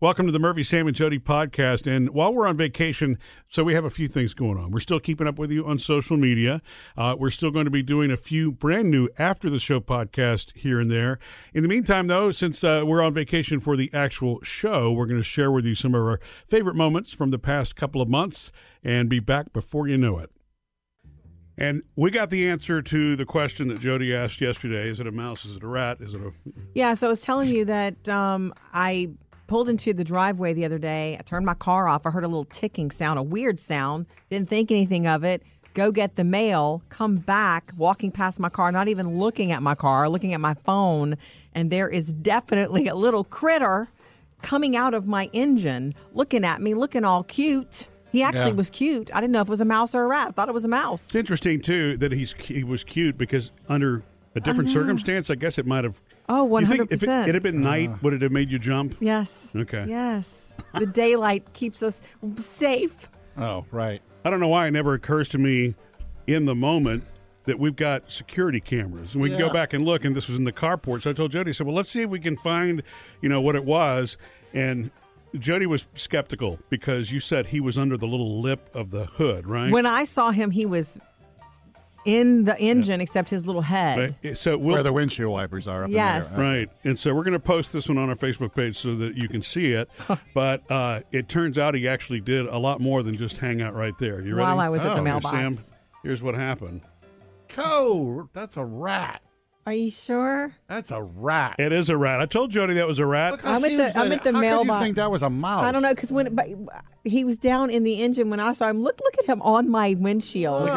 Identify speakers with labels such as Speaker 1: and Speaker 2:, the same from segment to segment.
Speaker 1: Welcome to the Murphy, Sam, and Jody podcast. And while we're on vacation, so we have a few things going on. We're still keeping up with you on social media. Uh, we're still going to be doing a few brand new after the show podcast here and there. In the meantime, though, since uh, we're on vacation for the actual show, we're going to share with you some of our favorite moments from the past couple of months and be back before you know it. And we got the answer to the question that Jody asked yesterday: Is it a mouse? Is it a rat? Is it a
Speaker 2: Yeah, so I was telling you that um, I pulled into the driveway the other day. I turned my car off. I heard a little ticking sound, a weird sound. Didn't think anything of it. Go get the mail, come back, walking past my car, not even looking at my car, looking at my phone. And there is definitely a little critter coming out of my engine, looking at me, looking all cute. He actually
Speaker 3: Yeah.
Speaker 2: was cute. I didn't know if it was a mouse or a rat. I thought it was a mouse.
Speaker 1: It's interesting too that he's he was cute because under a different circumstance, I guess it might have.
Speaker 2: Uh-huh. Oh,
Speaker 1: You think If it,
Speaker 2: 100%.
Speaker 1: it had been night,
Speaker 3: Uh-huh.
Speaker 1: would it have made you jump?
Speaker 2: Yes.
Speaker 1: Okay.
Speaker 2: Yes. The daylight keeps us safe.
Speaker 3: Oh, right.
Speaker 1: I don't know why it never occurs to me in the moment that we've got security cameras and we can go
Speaker 3: Yeah.
Speaker 1: back and look. And this was in the carport, so I told Jody, I said, "Well, let's see if we can find, you know, what it was." And Jody was skeptical because you said he was under the little lip of the hood, right?
Speaker 2: When I saw him, he was in the engine, except his little head.
Speaker 1: Right? So we'll
Speaker 3: Where the windshield wipers are up
Speaker 2: Yes.
Speaker 3: in there.
Speaker 1: Right. And so we're going to post this one on our Facebook page so that you can see it. but uh, it turns out he actually did a lot more than just hang out right there. You ready?
Speaker 2: While I was at the
Speaker 3: Oh,
Speaker 2: mailbox.
Speaker 1: Sam, here's what happened.
Speaker 3: Co, that's a rat.
Speaker 2: Are you sure?
Speaker 3: That's a rat.
Speaker 1: It is a rat. I told Jody that was a rat.
Speaker 3: Look how
Speaker 2: I'm at
Speaker 3: she
Speaker 2: the-
Speaker 3: was
Speaker 2: I'm
Speaker 3: like,
Speaker 2: at the
Speaker 3: how could
Speaker 2: mailbox.
Speaker 3: you think that was a mouse?
Speaker 2: I don't know because when but he was down in the engine when I saw him, look look at him on my windshield.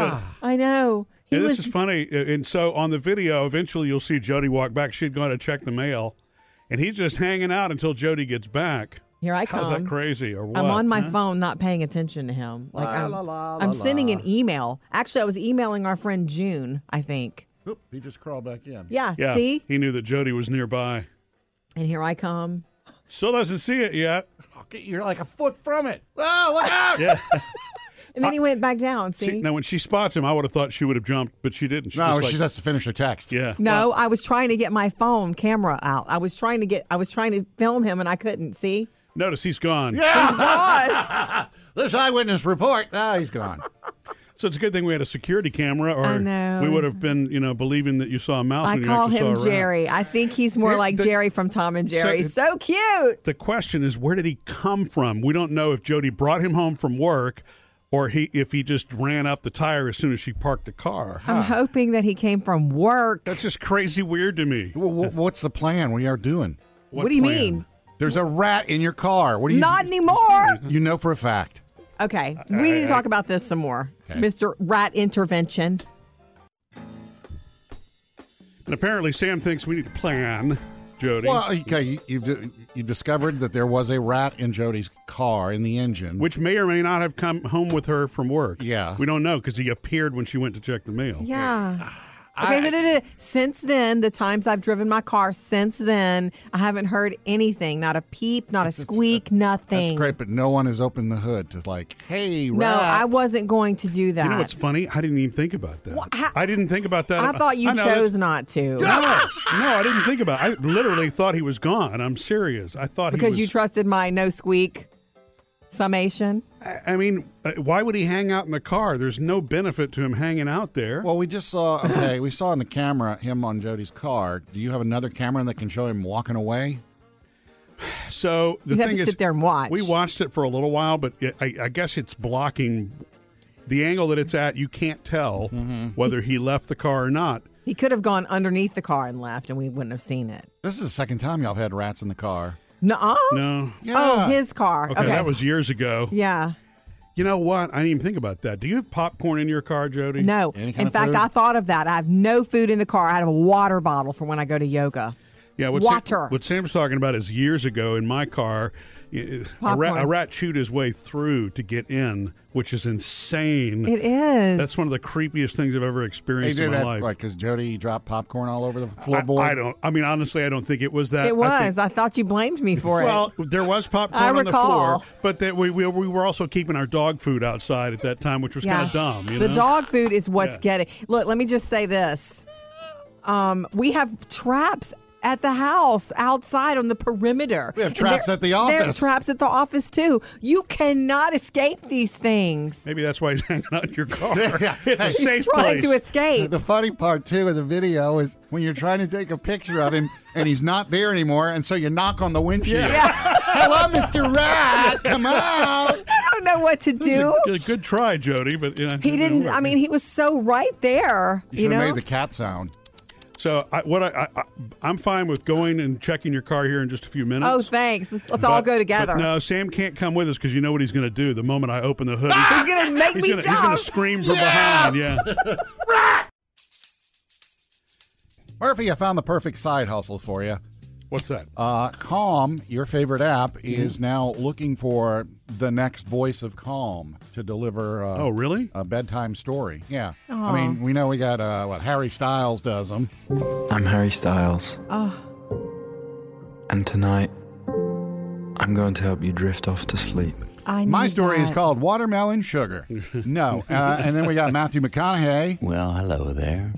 Speaker 2: I know he
Speaker 1: And this
Speaker 2: was.
Speaker 1: is funny. Uh, And so on the video, eventually you'll see Jody walk back. She'd gone to check the mail, and he's just hanging out until Jody gets back.
Speaker 2: here I
Speaker 1: How's
Speaker 2: come.
Speaker 1: that crazy or what?
Speaker 2: Um, I'm on my
Speaker 1: huh?
Speaker 2: phone, not paying attention to him. Like
Speaker 3: La,
Speaker 2: I'm,
Speaker 3: la, la,
Speaker 2: I'm
Speaker 3: la,
Speaker 2: sending
Speaker 3: la.
Speaker 2: an email. Actually, I was emailing our friend June. I think.
Speaker 3: Oop, he just crawled back in.
Speaker 2: Yeah.
Speaker 1: Yeah,
Speaker 2: See,
Speaker 1: he knew that Jody was nearby.
Speaker 2: and here I come.
Speaker 1: Still doesn't see it yet.
Speaker 3: Fuck it, You're like a foot from it. Oh, look out!
Speaker 1: Yeah.
Speaker 2: And then he went back down. See,
Speaker 1: See, now when she spots him, I would have thought she would have jumped, but she didn't. She
Speaker 3: No,
Speaker 1: just
Speaker 3: she
Speaker 1: like-
Speaker 3: just has to finish her text.
Speaker 1: Yeah.
Speaker 2: No, I was trying to get my phone camera out. I was trying to get I was trying to film him and I couldn't, see?
Speaker 1: Notice he's gone.
Speaker 3: Yeah.
Speaker 2: God.
Speaker 3: This eyewitness report. Ah, he's gone.
Speaker 1: So it's a good thing we had a security camera, or
Speaker 2: I know.
Speaker 1: we would have been, you know, believing that you saw a mouse.
Speaker 2: I
Speaker 1: when
Speaker 2: call
Speaker 1: you actually
Speaker 2: him
Speaker 1: saw a rat.
Speaker 2: Jerry. I think he's more
Speaker 1: Here-
Speaker 2: like
Speaker 1: the-
Speaker 2: Jerry from Tom and Jerry. So, cute.
Speaker 1: The question is, where did he come from? We don't know if Jody brought him home from work, or he if he just ran up the tire as soon as she parked the car.
Speaker 2: I'm hoping that he came from work.
Speaker 1: That's just crazy weird to me.
Speaker 3: Wha- wha- what's the plan? We are doing.
Speaker 2: What, do you
Speaker 1: plan?
Speaker 2: mean?
Speaker 3: There's a rat in your car. What do you?
Speaker 2: Not anymore.
Speaker 3: You know for a fact.
Speaker 2: Okay. We need to talk about this some more.
Speaker 3: Okay.
Speaker 2: Mr. Rat intervention.
Speaker 1: And apparently, Sam thinks we need to plan, Jody.
Speaker 3: Well, okay, you, you've you discovered that there was a rat in Jody's car in the engine.
Speaker 1: Which may or may not have come home with her from work.
Speaker 3: Yeah.
Speaker 1: We don't know because he appeared when she went to check the mail.
Speaker 2: Yeah. Okay, da, da, da. since then, the times I've driven my car since then, I haven't heard anything. Not a peep, not a squeak, nothing.
Speaker 3: That's great, but no one has opened the hood to like, hey,
Speaker 2: No,
Speaker 3: rat.
Speaker 2: I wasn't going to do that.
Speaker 1: You know what's funny? I didn't even think about that.
Speaker 2: how-
Speaker 1: I didn't think about that.
Speaker 2: I thought you
Speaker 1: know
Speaker 2: chose
Speaker 1: that's-
Speaker 2: not
Speaker 1: No, no,
Speaker 2: to
Speaker 1: I didn't think about. it. I literally thought he was gone. I'm serious. I thought
Speaker 2: because
Speaker 1: he
Speaker 2: you
Speaker 1: was,
Speaker 2: trusted my no squeak summation.
Speaker 1: I- I mean, uh, why would he hang out in the car? There's no benefit to him hanging out there.
Speaker 3: Well, we just saw. Okay, we saw on the camera him on Jody's car. Do you have another camera that can show him walking away?
Speaker 1: so the
Speaker 2: You have
Speaker 1: thing
Speaker 2: to
Speaker 1: is,
Speaker 2: sit there and watch.
Speaker 1: We watched it for a little while, but it, I, I guess it's blocking the angle that it's at. You can't tell whether he left the car or not.
Speaker 2: He could have gone underneath the car and left, and we wouldn't have seen it.
Speaker 3: This is the second time y'all have had rats in the car.
Speaker 2: Nuh-uh.
Speaker 1: No.
Speaker 3: Yeah.
Speaker 2: Oh, his car.
Speaker 1: Okay,
Speaker 2: Okay,
Speaker 1: that was years ago.
Speaker 2: yeah.
Speaker 1: You know what? I didn't even think about that. Do you have popcorn in your car, Jody?
Speaker 2: No,
Speaker 3: Any
Speaker 2: in
Speaker 3: kind of
Speaker 2: fact,
Speaker 3: food?
Speaker 2: I thought of that. I have no food in the car. I have a water bottle for when I go to yoga.
Speaker 1: Yeah, what
Speaker 2: Water.
Speaker 1: Sam, what Sam was talking about is years ago in my car, i- a rat,
Speaker 2: Popcorn.
Speaker 1: a rat chewed his way through to get in, which is insane.
Speaker 2: It is.
Speaker 1: That's one of the creepiest things I've ever
Speaker 3: They
Speaker 1: experienced
Speaker 3: did
Speaker 1: in my
Speaker 3: that
Speaker 1: life.
Speaker 3: like because Jody dropped popcorn all over the
Speaker 1: I,
Speaker 3: floorboard.
Speaker 1: I don't. I mean, honestly, I don't think it was that.
Speaker 2: it
Speaker 1: I
Speaker 2: was.
Speaker 1: think-
Speaker 2: I thought you blamed me for it.
Speaker 1: well, there was popcorn
Speaker 2: I
Speaker 1: on the
Speaker 2: recall.
Speaker 1: floor, but that we, we we were also keeping our dog food outside at that time, which was
Speaker 2: Yes.
Speaker 1: kind of dumb. You
Speaker 2: the
Speaker 1: know?
Speaker 2: dog food is what's
Speaker 1: Yeah.
Speaker 2: getting. Look, let me just say this. Um, we have traps at the house, outside on the perimeter.
Speaker 3: We have traps
Speaker 2: There-
Speaker 3: at the
Speaker 2: There are
Speaker 3: office.
Speaker 2: traps at the office too. You cannot escape these things.
Speaker 1: Maybe that's why he's hanging out in your car.
Speaker 3: Yeah.
Speaker 1: It's a
Speaker 3: He's
Speaker 1: safe
Speaker 2: He's trying
Speaker 1: place.
Speaker 2: to escape.
Speaker 3: The funny part too of the video is when you're trying to take a picture of him and he's not there anymore, and so you knock on the windshield. Hello, Mr. Rat, come out.
Speaker 2: I don't know what to do.
Speaker 1: Yeah, good try, Jody, but you know,
Speaker 2: He didn't. I mean, he was so right there. You,
Speaker 3: You should have
Speaker 2: know,
Speaker 3: made the cat sound.
Speaker 1: So I, what I, I I'm fine with going and checking your car here in just a few minutes.
Speaker 2: oh thanks. Let's, let's all
Speaker 1: But-
Speaker 2: go
Speaker 1: but
Speaker 2: together.
Speaker 1: No, Sam can't come with us because you know what he's going to do the moment I open the hood.
Speaker 2: He's gonna make
Speaker 1: He's,
Speaker 2: me
Speaker 1: gonna, he's
Speaker 2: jump.
Speaker 1: gonna scream from
Speaker 3: Yeah!
Speaker 1: behind. Yeah.
Speaker 3: Murphy, I found the perfect side hustle for you.
Speaker 1: What's that?
Speaker 3: Uh, Calm, your favorite app,
Speaker 1: Mm-hmm.
Speaker 3: is now looking for the next voice of Calm to deliver. Uh,
Speaker 1: oh, really?
Speaker 3: A bedtime story. Yeah. I mean, we know we got uh, what Harry Styles does them.
Speaker 4: I'm Harry Styles. And tonight, I'm going to help you drift off to sleep.
Speaker 2: I
Speaker 3: My
Speaker 2: need
Speaker 3: story is
Speaker 2: that.
Speaker 3: called Watermelon Sugar. No. Uh, and then we got Matthew McConaughey.
Speaker 5: Well, hello there.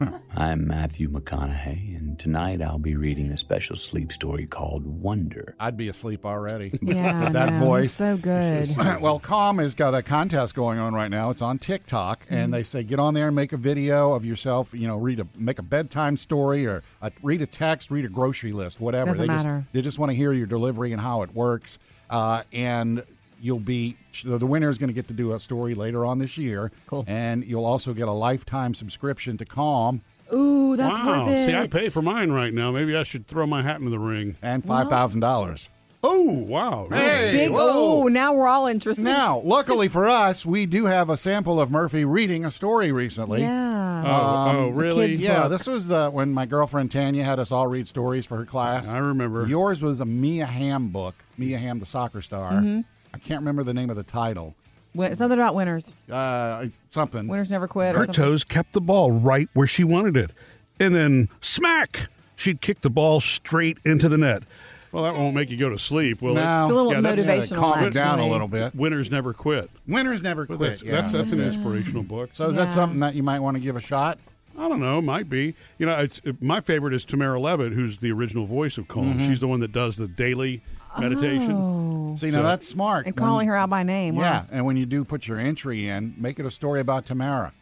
Speaker 5: I'm Matthew McConaughey, and tonight I'll be reading a special sleep story called Wonder.
Speaker 3: I'd be asleep already.
Speaker 2: Yeah,
Speaker 3: That
Speaker 2: no,
Speaker 3: voice.
Speaker 2: he's so good.
Speaker 3: well, Calm has got a contest going on right now. It's on TikTok,
Speaker 2: Mm-hmm.
Speaker 3: and they say get on there and make a video of yourself. You know, read a make a bedtime story or a, read a text, read a grocery list, whatever.
Speaker 2: Doesn't
Speaker 3: they
Speaker 2: matter.
Speaker 3: Just, they just want to hear your delivery and how it works, uh, and you'll be so the winner is going to get to do a story later on this year. Cool. And you'll also get a lifetime subscription to Calm
Speaker 2: Ooh, that's
Speaker 1: wow.
Speaker 2: worth it.
Speaker 1: See, I paid for mine right now. Maybe I should throw my hat into the ring.
Speaker 3: and five thousand dollars.
Speaker 1: Oh, wow. really?
Speaker 2: Big, oh, now we're all interested.
Speaker 3: Now, luckily for us, we do have a sample of Murphy reading a story recently.
Speaker 1: Oh,
Speaker 2: yeah.
Speaker 1: oh, really?
Speaker 2: Um, kids-
Speaker 3: Yeah,
Speaker 2: book.
Speaker 3: this was the when my girlfriend Tanya had us all read stories for her class.
Speaker 1: I remember.
Speaker 3: Yours was a Mia Hamm book. Mia Hamm, the soccer star.
Speaker 2: Mm-hmm.
Speaker 3: I can't remember the name of the title.
Speaker 2: Wait, something about winners.
Speaker 3: Uh, it's something.
Speaker 2: Winners never quit. Or
Speaker 1: Her
Speaker 2: something.
Speaker 1: toes kept the ball right where she wanted it. And then smack, she'd kick the ball straight into the net. Well, that won't make you go to sleep, will
Speaker 3: No.
Speaker 2: It's a little
Speaker 1: Yeah, that's-
Speaker 3: Yeah,
Speaker 2: motivational.
Speaker 3: to calm it down a
Speaker 2: actually.
Speaker 3: little
Speaker 1: it?
Speaker 3: bit.
Speaker 1: Winners never quit.
Speaker 3: Winners never
Speaker 1: But
Speaker 3: quit.
Speaker 1: that's,
Speaker 3: yeah.
Speaker 1: that's, that's an inspirational book.
Speaker 3: so is that
Speaker 2: Yeah.
Speaker 3: something that you might want to give a shot?
Speaker 1: I don't know, might be. You know, it's it- my favorite is Tamara Levitt, who's the original voice of Calm. She's the one that does the daily meditation.
Speaker 3: See, now that's smart.
Speaker 2: And
Speaker 3: When-
Speaker 2: calling her out by name.
Speaker 3: Yeah,
Speaker 2: wow.
Speaker 3: and when you do put your entry in, make it a story about Tamara.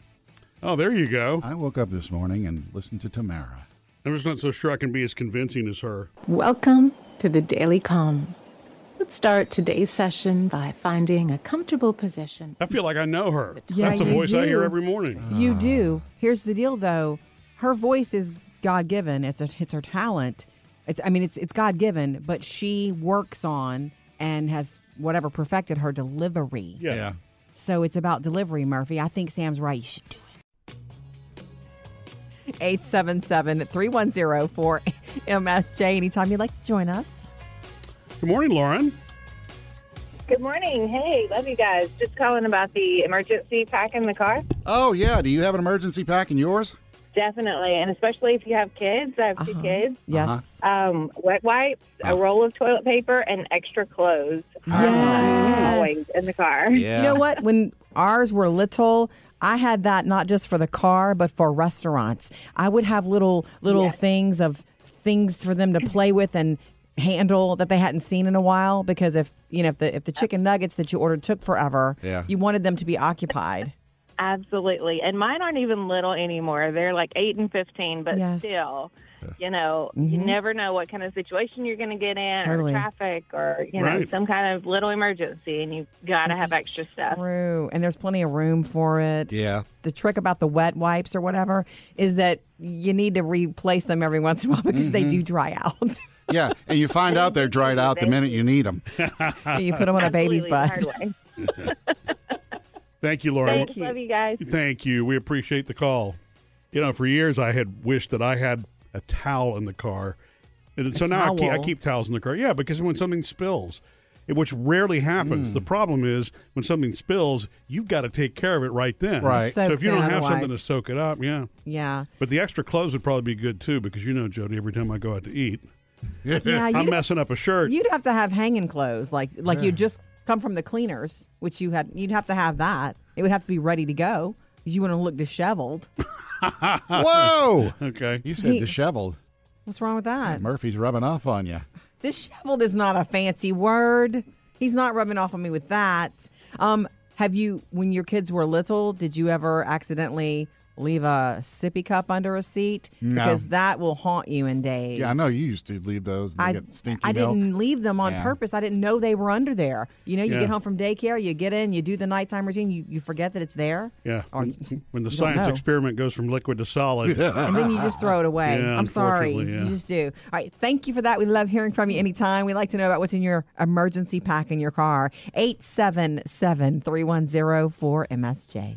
Speaker 1: Oh, there you go.
Speaker 3: I woke up this morning and listened to Tamara.
Speaker 1: I'm just not so sure I can be as convincing as her.
Speaker 6: Welcome to the Daily Calm. Let's start today's session by finding a comfortable position.
Speaker 1: I feel like I know her.
Speaker 2: Yeah,
Speaker 1: That's the
Speaker 2: you
Speaker 1: voice I hear
Speaker 2: do.
Speaker 1: every morning.
Speaker 2: You do. Here's the deal, though. Her voice is God given. It's a, it's her talent. It's I mean it's it's God given, but she works on and has whatever perfected her delivery.
Speaker 1: Yeah.
Speaker 2: So it's about delivery, Murphy. I think Sam's right. You should do it. 877 310 4MSJ. Anytime you'd like to join us.
Speaker 1: Good morning, Lauren.
Speaker 7: Good morning. Hey, love you guys. Just calling about the emergency pack in the car.
Speaker 3: Oh yeah. Do you have an emergency pack in yours?
Speaker 7: Definitely, and especially if you have kids. I have two
Speaker 2: Uh-huh.
Speaker 7: kids.
Speaker 2: Yes.
Speaker 7: Um, wet wipes,
Speaker 2: Uh.
Speaker 7: a roll of toilet paper, and extra clothes. are
Speaker 2: Yes.
Speaker 7: Always in the car.
Speaker 2: You know what? When ours were little, I had that not just for the car, but for restaurants. I would have little little things of things for them to play with and handle that they hadn't seen in a while because if you know if the if the chicken nuggets that you ordered took forever,
Speaker 3: Yeah.
Speaker 2: you wanted them to be occupied.
Speaker 7: Absolutely. And mine aren't even little anymore. They're like eight and fifteen, but
Speaker 2: Yes. Mm-hmm.
Speaker 7: still. You know, you never know what kind of situation you're going to get in,
Speaker 2: Totally.
Speaker 7: or traffic, or you know,
Speaker 1: Right.
Speaker 7: some kind of little emergency, and you've got to have extra stuff.
Speaker 2: True. And there's plenty of room for it.
Speaker 3: Yeah.
Speaker 2: the trick about the wet wipes or whatever is that you need to replace them every once in a while because they do dry out.
Speaker 3: Yeah, and you find out they're dried out the minute you need them.
Speaker 2: you put them on a baby's
Speaker 7: Absolutely,
Speaker 2: butt.
Speaker 7: hard way.
Speaker 1: Thank you, Lauren.
Speaker 7: Thanks. Love you guys.
Speaker 1: Thank you. We appreciate the call. You know, for years I had wished that I had a towel in the car, and so now I keep, I
Speaker 2: towel?
Speaker 1: keep towels in the car. Yeah, because when something spills, it- which rarely happens, the problem is when something spills, you've got to take care of it right then.
Speaker 3: Right.
Speaker 1: So if you
Speaker 2: Soaks in
Speaker 1: don't have something to
Speaker 2: otherwise.
Speaker 1: soak it up, yeah.
Speaker 2: Yeah.
Speaker 1: But the extra clothes would probably be good too, because you know, Jody, every time I go out to eat,
Speaker 2: Yeah.
Speaker 1: I'm
Speaker 2: You'd,
Speaker 1: messing up a shirt.
Speaker 2: you'd have to have hanging clothes like like you just come from the cleaners, which you had. You'd have to have that. It would have to be ready to go. 'cause You wouldn't look disheveled.
Speaker 3: Whoa!
Speaker 1: okay.
Speaker 3: You said disheveled.
Speaker 2: What's wrong with that?
Speaker 3: Murphy's rubbing off on you.
Speaker 2: Disheveled is not a fancy word. He's not rubbing off on me with that. Um, have you, when your kids were little, did you ever accidentally leave a sippy cup under a seat? Because that will haunt you in days.
Speaker 3: Yeah, I know you used to leave those. And
Speaker 2: I,
Speaker 3: they get stinky
Speaker 2: I
Speaker 3: milk.
Speaker 2: didn't leave them on
Speaker 3: Yeah.
Speaker 2: purpose. I didn't know they were under there. You know, you
Speaker 1: Yeah.
Speaker 2: get home from daycare, you get in, you do the nighttime routine, you, you forget that it's there.
Speaker 1: Yeah.
Speaker 2: Or-
Speaker 1: When, when the
Speaker 2: you don't
Speaker 1: science
Speaker 2: know.
Speaker 1: experiment goes from liquid to solid.
Speaker 2: and then you just throw it away.
Speaker 1: Yeah,
Speaker 2: I'm sorry.
Speaker 1: unfortunately, yeah.
Speaker 2: You just do. All right. Thank you for that. We love hearing from you anytime. We like to know about what's in your emergency pack in your car. 877 310 4MSJ.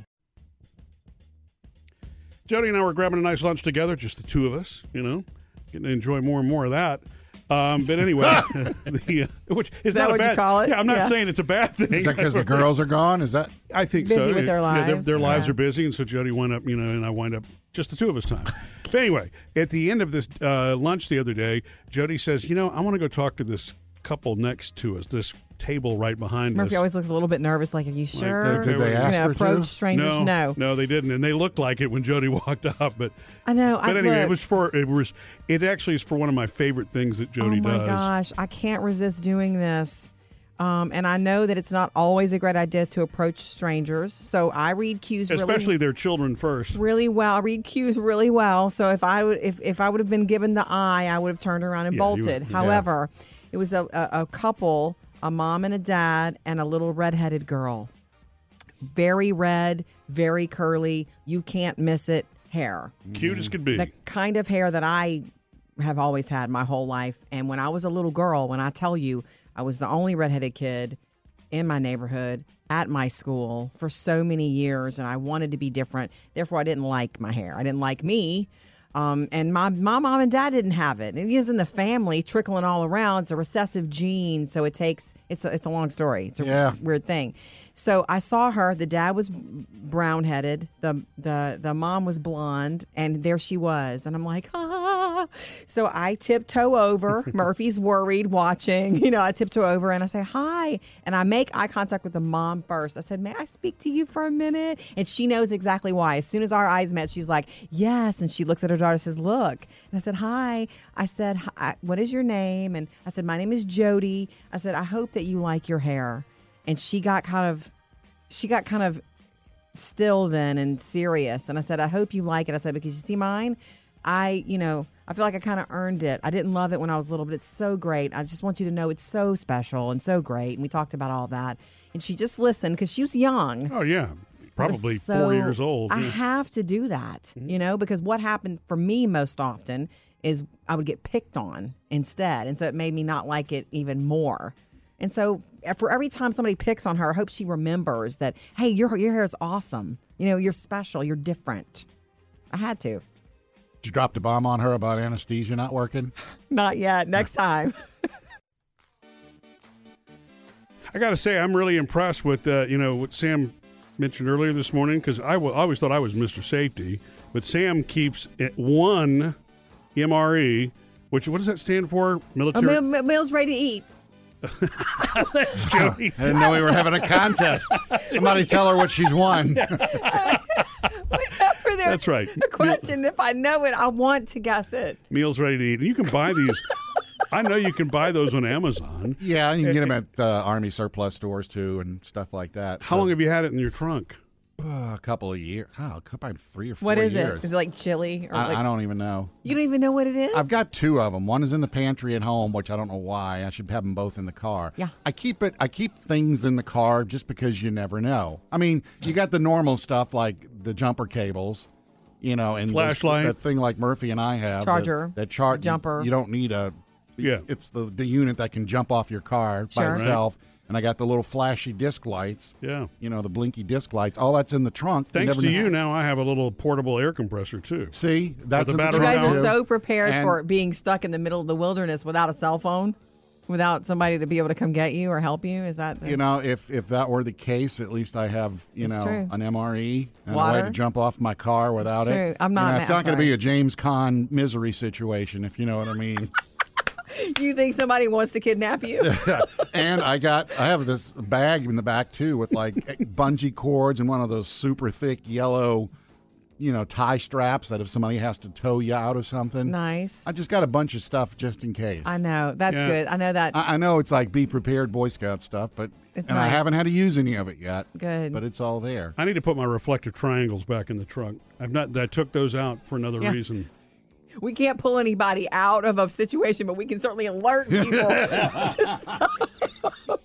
Speaker 1: Jody and I were grabbing a nice lunch together, just the two of us, you know, getting to enjoy more and more of that. Um, but anyway, the, uh, which is,
Speaker 2: that
Speaker 1: not a
Speaker 2: what you
Speaker 1: bad,
Speaker 2: call it?
Speaker 1: Yeah, I'm not
Speaker 2: Yeah.
Speaker 1: saying it's a bad thing.
Speaker 3: Is that because the girls are gone? Is that
Speaker 1: I think
Speaker 2: Busy
Speaker 1: so.
Speaker 2: with their
Speaker 1: Yeah,
Speaker 2: lives.
Speaker 1: their, lives
Speaker 2: Yeah.
Speaker 1: are busy, and so Jody went up, you know, and I wind up just the two of us time. but anyway, at the end of this uh, lunch the other day, Jody says, "You know, I want to go talk to this couple next to us, this table right behind
Speaker 2: Murphy
Speaker 1: us."
Speaker 2: always looks a little bit nervous, like, are you sure?
Speaker 3: did they
Speaker 2: you
Speaker 3: ask
Speaker 2: know,
Speaker 3: her to?
Speaker 2: approach strangers?
Speaker 1: no, no, they didn't, and they looked like it when Jody walked up. But
Speaker 2: I know.
Speaker 1: but
Speaker 2: I
Speaker 1: anyway, it
Speaker 2: looked.
Speaker 1: was for it was it actually is for one of my favorite things that Jody
Speaker 2: oh my
Speaker 1: does.
Speaker 2: gosh. I can't resist doing this. Um, and I know that it's not always a great idea to approach strangers. So I read cues really
Speaker 1: Especially their children first.
Speaker 2: really well. I read cues really well. So if I would if, if I would have been given the eye, I would have turned around and
Speaker 1: Yeah, you would-
Speaker 2: bolted.
Speaker 1: yeah.
Speaker 2: However, it was a, a, a couple, a mom and a dad, and a little redheaded girl. Very red, very curly. You can't miss it. Hair,
Speaker 1: Cute as could be.
Speaker 2: the kind of hair Mm-hmm. that I have always had my whole life. And when I was a little girl, when I tell you, I was the only redheaded kid in my neighborhood at my school for so many years, and I wanted to be different. Therefore, I didn't like my hair. I didn't like me. Um, and my, my mom and dad didn't have it. It is in the family, trickling all around. It's a recessive gene, so it takes. It's a, it's a long story. It's a
Speaker 3: Yeah.
Speaker 2: weird thing. So I saw her. The dad was brown headed. The the the mom was blonde, and there she was. And I'm like, ah. So I tiptoe over. Murphy's worried, watching. You know, I tiptoe over and I say hi, and I make eye contact with the mom first. I said, "May I speak to you for a minute?" And she knows exactly why. As soon as our eyes met, she's like, "Yes," and she looks at her daughter, and says, "Look." And I said, "Hi." I said, hi, "What is your name?" And I said, "My name is Jody." I said, "I hope that you like your hair." and she got kind of she got kind of still then and serious and i said i hope you like it i said because you see mine i you know i feel like i kind of earned it i didn't love it when i was little but it's so great i just want you to know it's so special and so great and we talked about all that and she just listened because she was young
Speaker 1: oh yeah.
Speaker 2: I was
Speaker 1: Probably
Speaker 2: so-
Speaker 1: four years old.
Speaker 2: I
Speaker 1: yeah.
Speaker 2: have to do that, you know, because what happened for me most often is I would get picked on instead. And so it made me not like it even more. And so eh, for every time somebody picks on her, I hope she remembers that, hey, your, your hair is awesome. You know, you're special, you're different. I had to.
Speaker 3: you dropped a bomb on her about anesthesia not working?
Speaker 2: Not yet. Next time.
Speaker 1: I got to say, I'm really impressed with uh, you know what Sam mentioned earlier this morning because I wa- always thought I was Mr. Safety, but Sam keeps at one MRE, which what does that stand for?
Speaker 2: A
Speaker 1: Military.
Speaker 2: meal, meal- meal's ready to eat.
Speaker 1: Jody.
Speaker 3: I didn't know we were having a contest. Somebody tell her what she's won.
Speaker 2: For their-
Speaker 1: That's right.
Speaker 2: A question. If I know it, I want to guess it.
Speaker 1: Meals ready to eat. And you can buy these. I know you can buy those on Amazon.
Speaker 3: Yeah, and you can get them at uh, Army surplus stores too and stuff like that.
Speaker 1: How
Speaker 3: So,
Speaker 1: long have you had it in your trunk?
Speaker 3: uh, a couple of years. Oh, probably three or four
Speaker 2: What is
Speaker 3: years.
Speaker 2: it? Is it like chili? Or
Speaker 3: I,
Speaker 2: like,
Speaker 3: I don't even know.
Speaker 2: you don't even know what it is?
Speaker 3: I've got two of them. One is in the pantry at home, which I don't know why. I should have them both in the car.
Speaker 2: Yeah.
Speaker 3: I keep it. I keep things in the car just because you never know. I mean, you got the normal stuff like the jumper cables, you know, and this-
Speaker 1: Flashlight.
Speaker 3: That thing like Murphy and I have.
Speaker 2: Charger,
Speaker 3: That, that char-
Speaker 2: jumper.
Speaker 3: You don't need a.
Speaker 1: Yeah.
Speaker 3: It's the the unit that can jump off your car
Speaker 2: Sure.
Speaker 3: by
Speaker 2: Right.
Speaker 3: itself. And I got the little flashy disc lights.
Speaker 1: Yeah.
Speaker 3: You know the blinky disc lights. All that's in the trunk.
Speaker 1: Thanks
Speaker 3: never
Speaker 1: to
Speaker 3: know.
Speaker 1: you, now I have a little portable air compressor too.
Speaker 3: See, that's
Speaker 1: the
Speaker 3: in the
Speaker 1: battery
Speaker 2: You
Speaker 3: trunk
Speaker 2: guys are
Speaker 1: Around.
Speaker 2: so prepared
Speaker 3: And-
Speaker 2: for being stuck in the middle of the wilderness without a cell phone, without somebody to be able to come get you or help you. Is that the,
Speaker 3: you know, if if that were the case, at least I have you
Speaker 2: It's
Speaker 3: know
Speaker 2: true.
Speaker 3: an MRE and a
Speaker 2: Water.
Speaker 3: way to jump off my car without
Speaker 2: It's true.
Speaker 3: it.
Speaker 2: I'm
Speaker 3: You
Speaker 2: not
Speaker 3: know,
Speaker 2: mad-
Speaker 3: it's not going to
Speaker 2: sorry.
Speaker 3: be a James Caan misery situation, if you know what I mean.
Speaker 2: you think somebody wants to kidnap you?
Speaker 3: and I got I have this bag in the back too with like bungee cords and one of those super thick yellow you know, tie straps that if somebody has to tow you out of something.
Speaker 2: Nice.
Speaker 3: I just got a bunch of stuff just in case.
Speaker 2: I know. That's
Speaker 1: Yeah.
Speaker 2: good. I know that.
Speaker 3: I, I know it's like be prepared Boy Scout stuff, but
Speaker 2: It's
Speaker 3: and I
Speaker 2: nice.
Speaker 3: haven't had to use any of it yet.
Speaker 2: Good.
Speaker 3: but it's all there.
Speaker 1: I need to put my reflective triangles back in the trunk. I've not. I took those out for another
Speaker 2: Yeah.
Speaker 1: reason.
Speaker 2: we can't pull anybody out of a situation, but we can certainly alert people to stuff.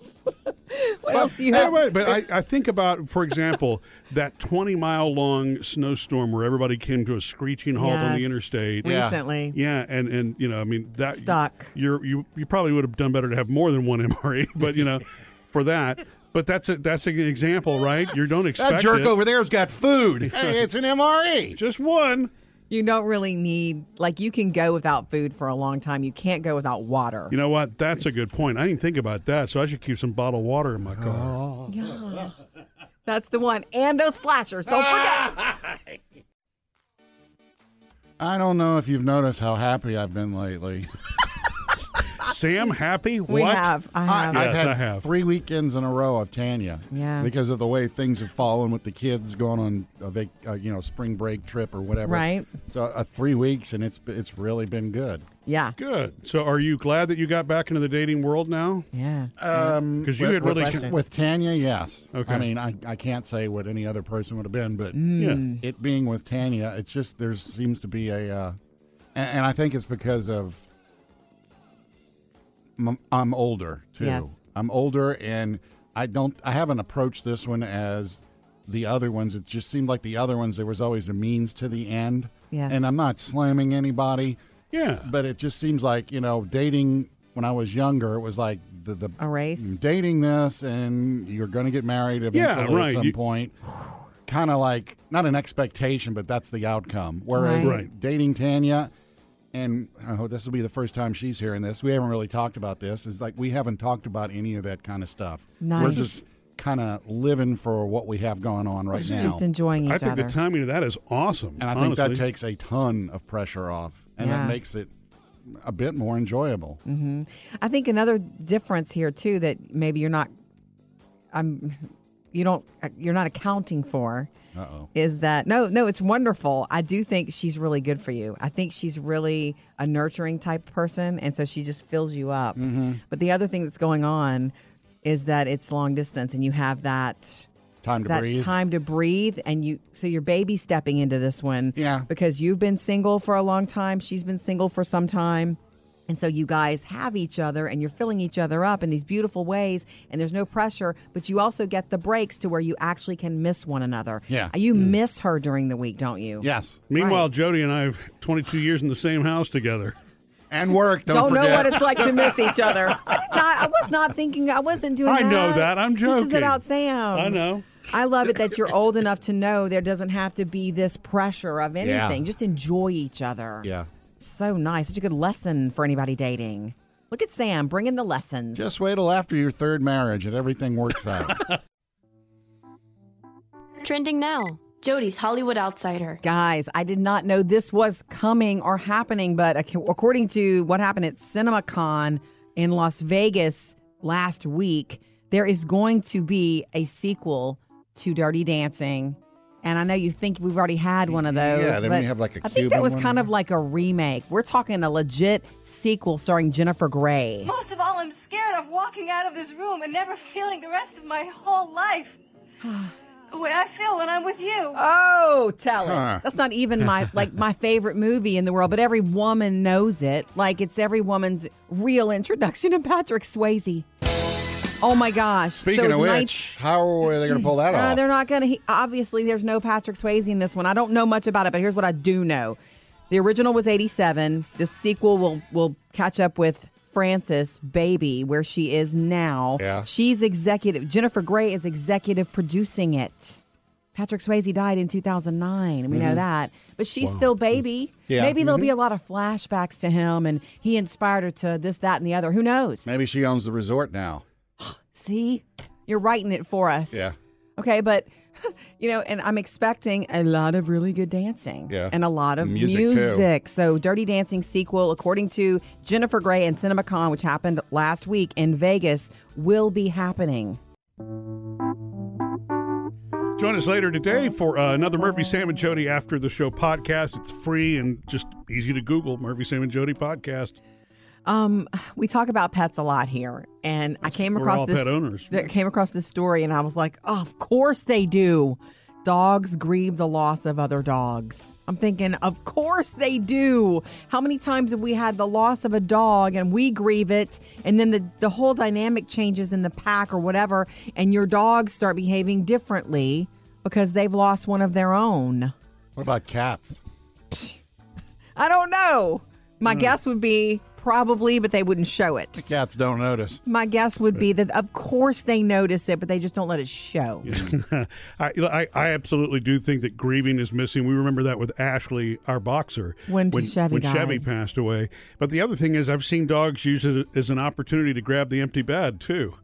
Speaker 2: what else do you
Speaker 1: Hey,
Speaker 2: have?
Speaker 1: wait, but I, I think about, for example, that 20 mile long snowstorm where everybody came to a screeching halt on the
Speaker 2: Yes.
Speaker 1: interstate.
Speaker 3: Yeah.
Speaker 2: Recently.
Speaker 1: Yeah, and and you know, I mean that
Speaker 2: Stuck.
Speaker 1: You're you you probably would have done better to have more than one MRE, but you know, for that. But that's a that's an example, right? You don't expect
Speaker 3: That jerk
Speaker 1: it.
Speaker 3: over there's got food. hey, it's an MRE.
Speaker 1: just one.
Speaker 2: You don't really need, like, you can go without food for a long time. You can't go without water.
Speaker 1: You know what? That's a good point. I didn't think about that, so I should keep some bottled water in my car.
Speaker 2: Oh. Yeah. That's the one. And those flashers. Don't forget.
Speaker 3: I don't know if you've noticed how happy I've been lately.
Speaker 1: Sam, happy?
Speaker 2: We
Speaker 1: what?
Speaker 2: have. I
Speaker 3: I,
Speaker 2: have.
Speaker 1: Yeah.
Speaker 3: I've
Speaker 1: Yes,
Speaker 3: had
Speaker 1: I have.
Speaker 3: three weekends in a row of Tanya.
Speaker 2: Yeah.
Speaker 3: Because of the way things have fallen with the kids going on a vac- uh, you know spring break trip or whatever.
Speaker 2: Right.
Speaker 3: So uh, three weeks and it's it's really been good.
Speaker 2: Yeah.
Speaker 1: Good. So, are you glad that you got back into the dating world now?
Speaker 2: Yeah.
Speaker 3: Um,
Speaker 1: 'Cause you
Speaker 3: with-
Speaker 1: had really-
Speaker 3: with, with Tanya, yes.
Speaker 1: Okay. Mm.
Speaker 3: I mean, I, I can't say what any other person would have been, but
Speaker 2: Hmm.
Speaker 1: Yeah.
Speaker 3: it being with Tanya, it's just there seems to be a, uh, and, and I think it's because of m- I'm older too.
Speaker 2: Yes.
Speaker 3: I'm older, and I don't I haven't approached this one as the other ones. It just seemed like the other ones there was always a means to the end.
Speaker 2: Yes.
Speaker 3: And I'm not slamming anybody,
Speaker 1: Yeah.
Speaker 3: but it just seems like you know dating when I was younger, it was like the the
Speaker 2: A race.
Speaker 3: dating this and you're going to get married
Speaker 1: Yeah,
Speaker 3: eventually
Speaker 1: right.
Speaker 3: at some
Speaker 1: You-
Speaker 3: point. Kind of like not an expectation, but that's the outcome. Whereas
Speaker 2: Right.
Speaker 1: Right.
Speaker 3: dating Tanya, and I hope this will be the first time she's hearing this. We haven't really talked about this. Is like we haven't talked about any of that kind of stuff. We're
Speaker 2: Nice.
Speaker 3: just kind of living for what we have going on right now,
Speaker 2: Just enjoying each
Speaker 1: I think
Speaker 2: other.
Speaker 1: the timing of that is awesome.
Speaker 3: and I think that
Speaker 1: honestly.
Speaker 3: takes a ton of pressure off, and
Speaker 2: Yeah. Mm.
Speaker 3: that makes it a bit more enjoyable.
Speaker 2: I think another difference here too that maybe you're not, I'm, you don't, uh, you're not accounting for.
Speaker 3: Uh-oh.
Speaker 2: Is that no, no? It's wonderful. I do think she's really good for you. I think she's really a nurturing type person, and so she just fills you up.
Speaker 1: Mm-hmm.
Speaker 2: But the other thing that's going on is that it's long distance, and you have that
Speaker 3: Time to
Speaker 2: that
Speaker 3: breathe.
Speaker 2: time to breathe and you so your baby stepping into this one
Speaker 3: Yeah.
Speaker 2: because you've been single for a long time she's been single for some time and so you guys have each other and you're filling each other up in these beautiful ways and there's no pressure but you also get the breaks to where you actually can miss one another
Speaker 3: Yeah.
Speaker 2: you
Speaker 1: Mm.
Speaker 2: miss her during the week don't you
Speaker 3: Yes,
Speaker 1: Meanwhile, Jody and I have 22 years in the same house together.
Speaker 3: and work. Don't,
Speaker 2: don't
Speaker 3: forget.
Speaker 2: know what it's like to miss each other. I, did not, I was not thinking. I wasn't doing.
Speaker 1: I
Speaker 2: that.
Speaker 1: know that. I'm
Speaker 2: This is
Speaker 1: joking.
Speaker 2: about Sam.
Speaker 1: I know.
Speaker 2: I love it that you're old enough to know there doesn't have to be this pressure of
Speaker 3: Yeah.
Speaker 2: anything. Just enjoy each other.
Speaker 3: Yeah.
Speaker 2: So nice. Such a good lesson for anybody dating. Look at Sam bringing the lessons.
Speaker 3: Just wait till after your third marriage and everything works out.
Speaker 8: Trending now Jody's Hollywood Outsider.
Speaker 2: Guys, I did not know this was coming or happening, but ac- according to what happened at CinemaCon in Las Vegas last week, there is going to be a sequel to Dirty Dancing. And I know you think we've already had one of
Speaker 3: Yeah,
Speaker 2: those.
Speaker 3: didn't
Speaker 2: but
Speaker 3: we have, like, a
Speaker 2: I think
Speaker 3: Cuban
Speaker 2: that was
Speaker 3: one?
Speaker 2: kind of like a remake. We're talking a legit sequel starring Jennifer Grey.
Speaker 9: Most of all, I'm scared of walking out of this room and never feeling the rest of my whole life the way I feel when I'm with you.
Speaker 2: Oh, tell it.
Speaker 3: Huh.
Speaker 2: That's not even my like my favorite movie in the world, but every woman knows it. Like it's every woman's real introduction to Patrick Swayze. Oh my gosh!
Speaker 3: Speaking
Speaker 2: so
Speaker 3: of
Speaker 2: it's
Speaker 3: which,
Speaker 2: night-
Speaker 3: how are they going to pull that
Speaker 2: Uh,
Speaker 3: off?
Speaker 2: they're not gonna. He, obviously, there's no Patrick Swayze in this one. I don't know much about it, but here's what I do know: the original was '87. The sequel will will catch up with Frances Baby, where she is now.
Speaker 3: Yeah.
Speaker 2: she's executive. Jennifer Grey is executive producing it. Patrick Swayze died in 2009. We know that, but she's still baby.
Speaker 3: Mm-hmm. Yeah. Mm-hmm.
Speaker 2: Maybe there'll be a lot of flashbacks to him, and he inspired her to this, that, and the other. Who knows?
Speaker 3: Maybe she owns the resort now.
Speaker 2: See, you're writing it for us.
Speaker 3: Yeah.
Speaker 2: Okay, but you know, and I'm expecting a lot of really good dancing.
Speaker 3: Yeah.
Speaker 2: And a lot of
Speaker 3: Music,
Speaker 2: music.
Speaker 3: too.
Speaker 2: So Dirty Dancing sequel, according to Jennifer Grey and CinemaCon, which happened last week in Vegas, will be happening.
Speaker 1: Join us later today for uh, another Murphy, Sam, and Jody After the Show podcast. It's free and just easy to Google Murphy, Sam, and Jody podcast.
Speaker 2: Um, we talk about pets a lot here, and I came
Speaker 1: we're
Speaker 2: across
Speaker 1: all
Speaker 2: this.
Speaker 1: pet owners.
Speaker 2: that came across this story, and I was like, oh, of course they do. Dogs grieve the loss of other dogs. I'm thinking, of course they do. How many times have we had the loss of a dog and we grieve it, and then the, the whole dynamic changes in the pack or whatever, and your dogs start behaving differently because they've lost one of their own?
Speaker 3: What about cats?
Speaker 2: I don't know.
Speaker 1: Hmm.
Speaker 2: My guess would be probably, but they wouldn't show it.
Speaker 3: Cats don't notice.
Speaker 2: My guess would be that, of course, they notice it, but they just don't let it show.
Speaker 1: I, I, I absolutely do think that grieving is missing. We remember that with Ashley, our boxer,
Speaker 2: When Chevy
Speaker 1: when Chevy
Speaker 2: died.
Speaker 1: passed away. But the other thing is, I've seen dogs use it as an opportunity to grab the empty bed too.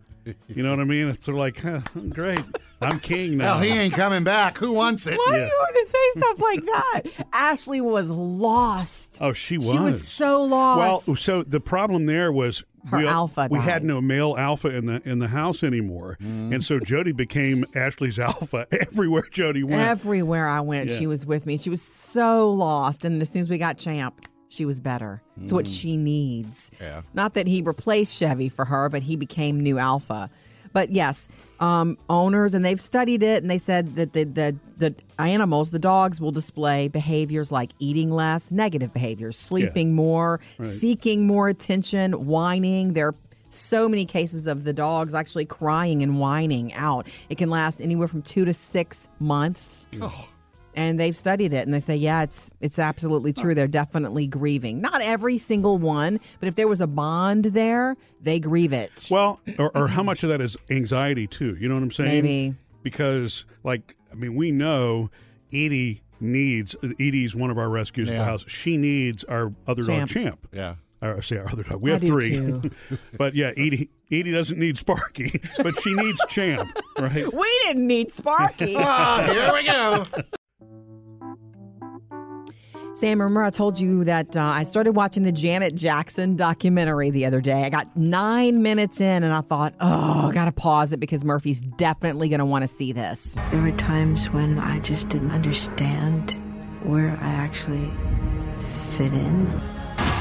Speaker 1: You know what I mean? It's sort of like, huh, great, I'm king now.
Speaker 3: Well, he ain't coming back. Who wants it?
Speaker 2: Why do
Speaker 1: Yeah.
Speaker 2: you want to say stuff like that? Ashley was lost.
Speaker 1: Oh, she was.
Speaker 2: She was so lost.
Speaker 1: Well, so the problem there was
Speaker 2: Her alpha
Speaker 1: We
Speaker 2: died.
Speaker 1: had no male alpha in the in the house anymore,
Speaker 3: Mm-hmm.
Speaker 1: and so Jody became Ashley's alpha everywhere Jody went.
Speaker 2: Everywhere I went,
Speaker 1: Yeah.
Speaker 2: she was with me. She was so lost. And as soon as we got Champ, she was better. It's what she needs.
Speaker 3: Yeah.
Speaker 2: Not that he replaced Chevy for her, but he became new alpha. But yes, um, owners, and they've studied it, and they said that the, the, the animals, the dogs, will display behaviors like eating less, negative behaviors, sleeping more, seeking more attention, whining. There are so many cases of the dogs actually crying and whining out. It can last anywhere from two to six months and they've studied it and they say yeah it's it's absolutely true they're definitely grieving not every single one but if there was a bond there they grieve it
Speaker 1: Well, or, or how much of that is anxiety too? You know what I'm saying?
Speaker 2: Maybe.
Speaker 1: because, like, I mean, we know Edie needs Edie's one of our rescues at the
Speaker 3: Yeah.
Speaker 1: house. She needs our other dog
Speaker 2: Champ.
Speaker 1: Champ.
Speaker 3: Yeah.
Speaker 1: Or say our other dog. We
Speaker 2: I
Speaker 1: have
Speaker 2: do
Speaker 1: three,
Speaker 2: too.
Speaker 1: but yeah, Edie Edie doesn't need Sparky, but she needs Champ, right?
Speaker 2: we didn't need sparky
Speaker 3: Ah, here we go.
Speaker 2: sam remember i told you that uh, i started watching the janet jackson documentary the other day i got nine minutes in and i thought oh i gotta pause it because murphy's definitely gonna want to see this
Speaker 10: There were times when I just didn't understand where I actually fit in.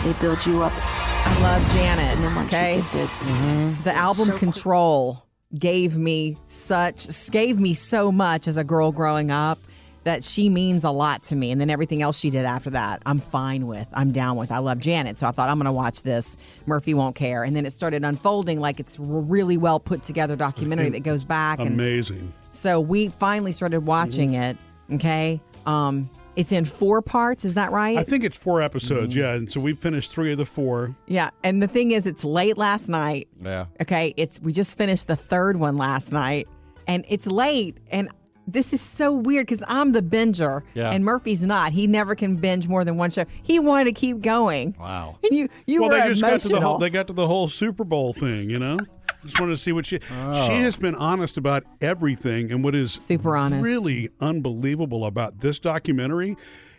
Speaker 10: They build you up,
Speaker 2: i love janet
Speaker 10: and then once
Speaker 2: okay
Speaker 10: you get there,
Speaker 2: The album Control gave me such gave me so much as a girl growing up that she means a lot to me and then everything else she did after that I'm fine with. I'm down with. I love Janet. So I thought I'm going to watch this. Murphy won't care. And then it started unfolding like it's a really well put together documentary that goes back and
Speaker 1: Amazing.
Speaker 2: so we finally started watching it, okay? Um it's in four parts, is that right?
Speaker 1: I think it's four episodes,
Speaker 2: Mm-hmm.
Speaker 1: yeah. And so we finished three of the four.
Speaker 2: yeah. And the thing is it's late last night
Speaker 3: Yeah.
Speaker 2: Okay, it's we just finished the third one last night, and it's late, and this is so weird because I'm the binger,
Speaker 3: Yeah.
Speaker 2: and Murphy's not. He never can binge more than one show. He wanted to keep going.
Speaker 3: Wow.
Speaker 2: And you, you
Speaker 1: well,
Speaker 2: were
Speaker 1: they just
Speaker 2: emotional.
Speaker 1: got to the whole. They got to the whole Super Bowl thing, you know. Just wanted to see what she. She has been honest about everything, and what is
Speaker 2: Oh. Super honest.
Speaker 1: really unbelievable about this documentary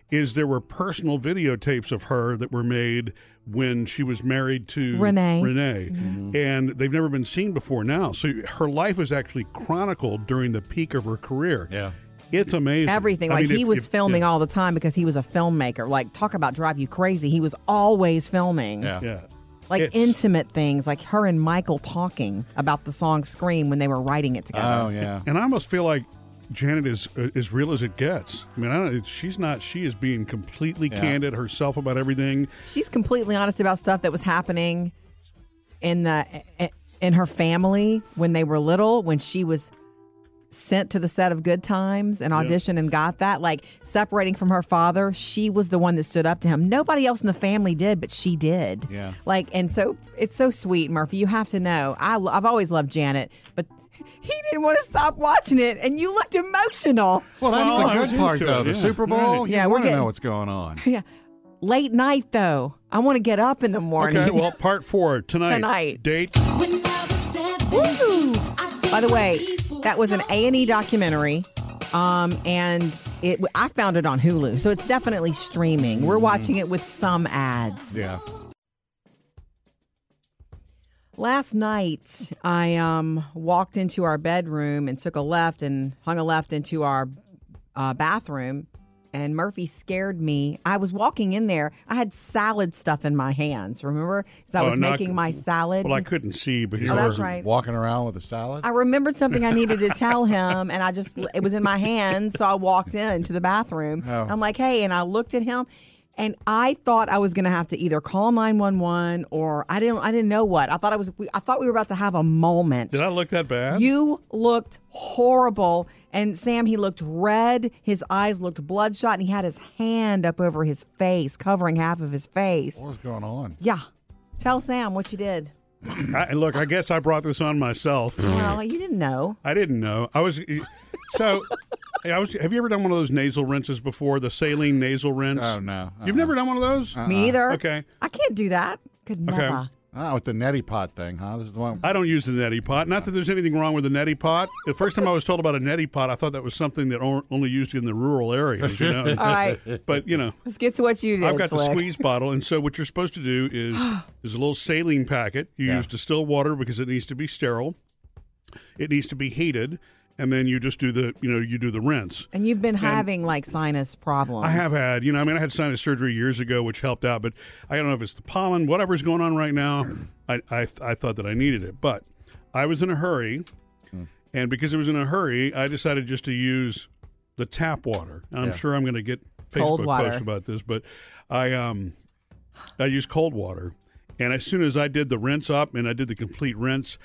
Speaker 1: is there were personal videotapes of her that were made when she was married to
Speaker 2: Renee. Mm-hmm.
Speaker 1: Renee, and they've never been seen before now. So her life is actually chronicled during the peak of her career.
Speaker 3: Yeah.
Speaker 1: It's amazing.
Speaker 2: Everything.
Speaker 1: I
Speaker 2: like
Speaker 1: mean,
Speaker 2: he
Speaker 1: if-
Speaker 2: was
Speaker 1: if-
Speaker 2: filming
Speaker 1: yeah,
Speaker 2: all the time because he was a filmmaker. Like talk about drive you crazy. He was always filming.
Speaker 3: Yeah.
Speaker 1: Yeah.
Speaker 2: Like
Speaker 1: It's-
Speaker 2: intimate things, like her and Michael talking about the song "Scream" when they were writing it together.
Speaker 3: Oh, yeah.
Speaker 1: And I almost feel like Janet is uh, as real as it gets. I mean, I don't, she's not. She is being completely candid herself about everything.
Speaker 2: she's completely honest about stuff that was happening in the in her family when they were little when she was sent to the set of good times and auditioned and got that like separating from her father she was the one that stood up to him nobody else in the family did but she did
Speaker 3: Yeah.
Speaker 2: like and so it's so sweet murphy you have to know I, have always loved janet but he didn't want to stop watching it and you looked emotional
Speaker 3: Well, that's
Speaker 1: Well, I
Speaker 3: the
Speaker 1: was
Speaker 3: good part,
Speaker 1: into
Speaker 3: though.
Speaker 1: it,
Speaker 3: The
Speaker 1: yeah.
Speaker 3: Super Bowl.
Speaker 1: Right.
Speaker 3: You
Speaker 2: Yeah, we're
Speaker 3: want to
Speaker 2: getting- Oh,
Speaker 3: know what's going on.
Speaker 2: yeah late night though i want to get up in the morning
Speaker 1: Okay, well, part four tonight.
Speaker 2: Tonight.
Speaker 1: date.
Speaker 2: By the way, that was an A and E documentary, um, and it I found it on Hulu, so it's definitely streaming. We're watching it with some ads.
Speaker 3: Yeah.
Speaker 2: Last night, I um, walked into our bedroom and took a left and hung a left into our uh, bathroom, and Murphy scared me. I was walking in there. I had salad stuff in my hands, remember? Because I
Speaker 1: Oh,
Speaker 2: was
Speaker 1: no, I
Speaker 2: making
Speaker 1: cou-
Speaker 2: my salad.
Speaker 1: Well, I couldn't see, but you
Speaker 2: Oh,
Speaker 1: were
Speaker 2: that's right.
Speaker 3: Walking around with a salad.
Speaker 2: I remembered something I needed to tell him, and I just it was in my hand, so I walked into the bathroom.
Speaker 3: Oh.
Speaker 2: I'm like, hey, and I looked at him, and I thought I was going to have to either call 911 or I didn't I didn't know what I thought I was we, I thought we were about to have a moment.
Speaker 1: Did I look that bad?
Speaker 2: You looked horrible. And Sam, he looked red. His eyes looked bloodshot, and he had his hand up over his face, covering half of his face.
Speaker 3: What was going on?
Speaker 2: Yeah. Tell Sam what you did.
Speaker 1: I, and look, I guess I brought this on myself.
Speaker 2: Well, you didn't know.
Speaker 1: I didn't know. I was so. I was. Have you ever done one of those nasal rinses before? The saline nasal rinse.
Speaker 3: Oh no. Uh-uh.
Speaker 1: You've never done one of those?
Speaker 2: Me either.
Speaker 1: Uh-huh. Okay.
Speaker 2: I can't do that. Could never.
Speaker 3: Ah, with the neti pot thing, huh? This is the one.
Speaker 1: I don't use the neti pot. Not that there's anything wrong with the neti pot. The first time I was told about a neti pot, I thought that was something that on- only used in the rural areas. You know?
Speaker 2: All right,
Speaker 1: But you know,
Speaker 2: let's get to what you did.
Speaker 1: I've got the
Speaker 2: Slick.
Speaker 1: squeeze bottle, and so what you're supposed to do is there's a little saline packet. You
Speaker 3: Yeah.
Speaker 1: use distilled water because it needs to be sterile. It needs to be heated, and then you just do the you know you do the rinse.
Speaker 2: And you've been having like sinus problems.
Speaker 1: I have had, you know, I mean, I had sinus surgery years ago, which helped out, but I don't know if it's the pollen, whatever's going on right now. I, I, I thought that I needed it, but I was in a hurry.
Speaker 3: Hmm.
Speaker 1: And because I was in a hurry, I decided just to use the tap water. And I'm
Speaker 3: Yeah.
Speaker 1: sure I'm going to get
Speaker 2: Cold
Speaker 1: Facebook
Speaker 2: water.
Speaker 1: post about this, but I, um, I used cold water. And as soon as I did the rinse up and I did the complete rinse,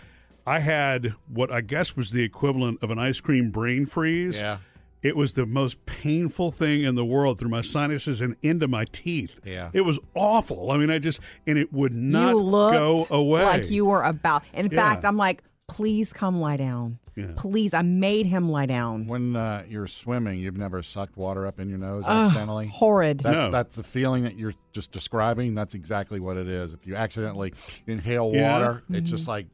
Speaker 1: I had what I guess was the equivalent of an ice cream brain freeze.
Speaker 3: Yeah.
Speaker 1: It was the most painful thing in the world through my sinuses and into my teeth.
Speaker 3: Yeah.
Speaker 1: It was awful. I mean, I just, and it would not
Speaker 2: you looked
Speaker 1: go away.
Speaker 2: like you were about. In
Speaker 1: Yeah.
Speaker 2: fact, I'm like, please come lie down. Please, I made him lie down.
Speaker 3: When uh, you're swimming, you've never sucked water up in your nose accidentally.
Speaker 2: Horrid.
Speaker 3: That's
Speaker 1: No.
Speaker 3: that's the feeling that you're just describing. That's exactly what it is. If you accidentally inhale water,
Speaker 1: Yeah.
Speaker 2: Mm-hmm.
Speaker 3: it's just like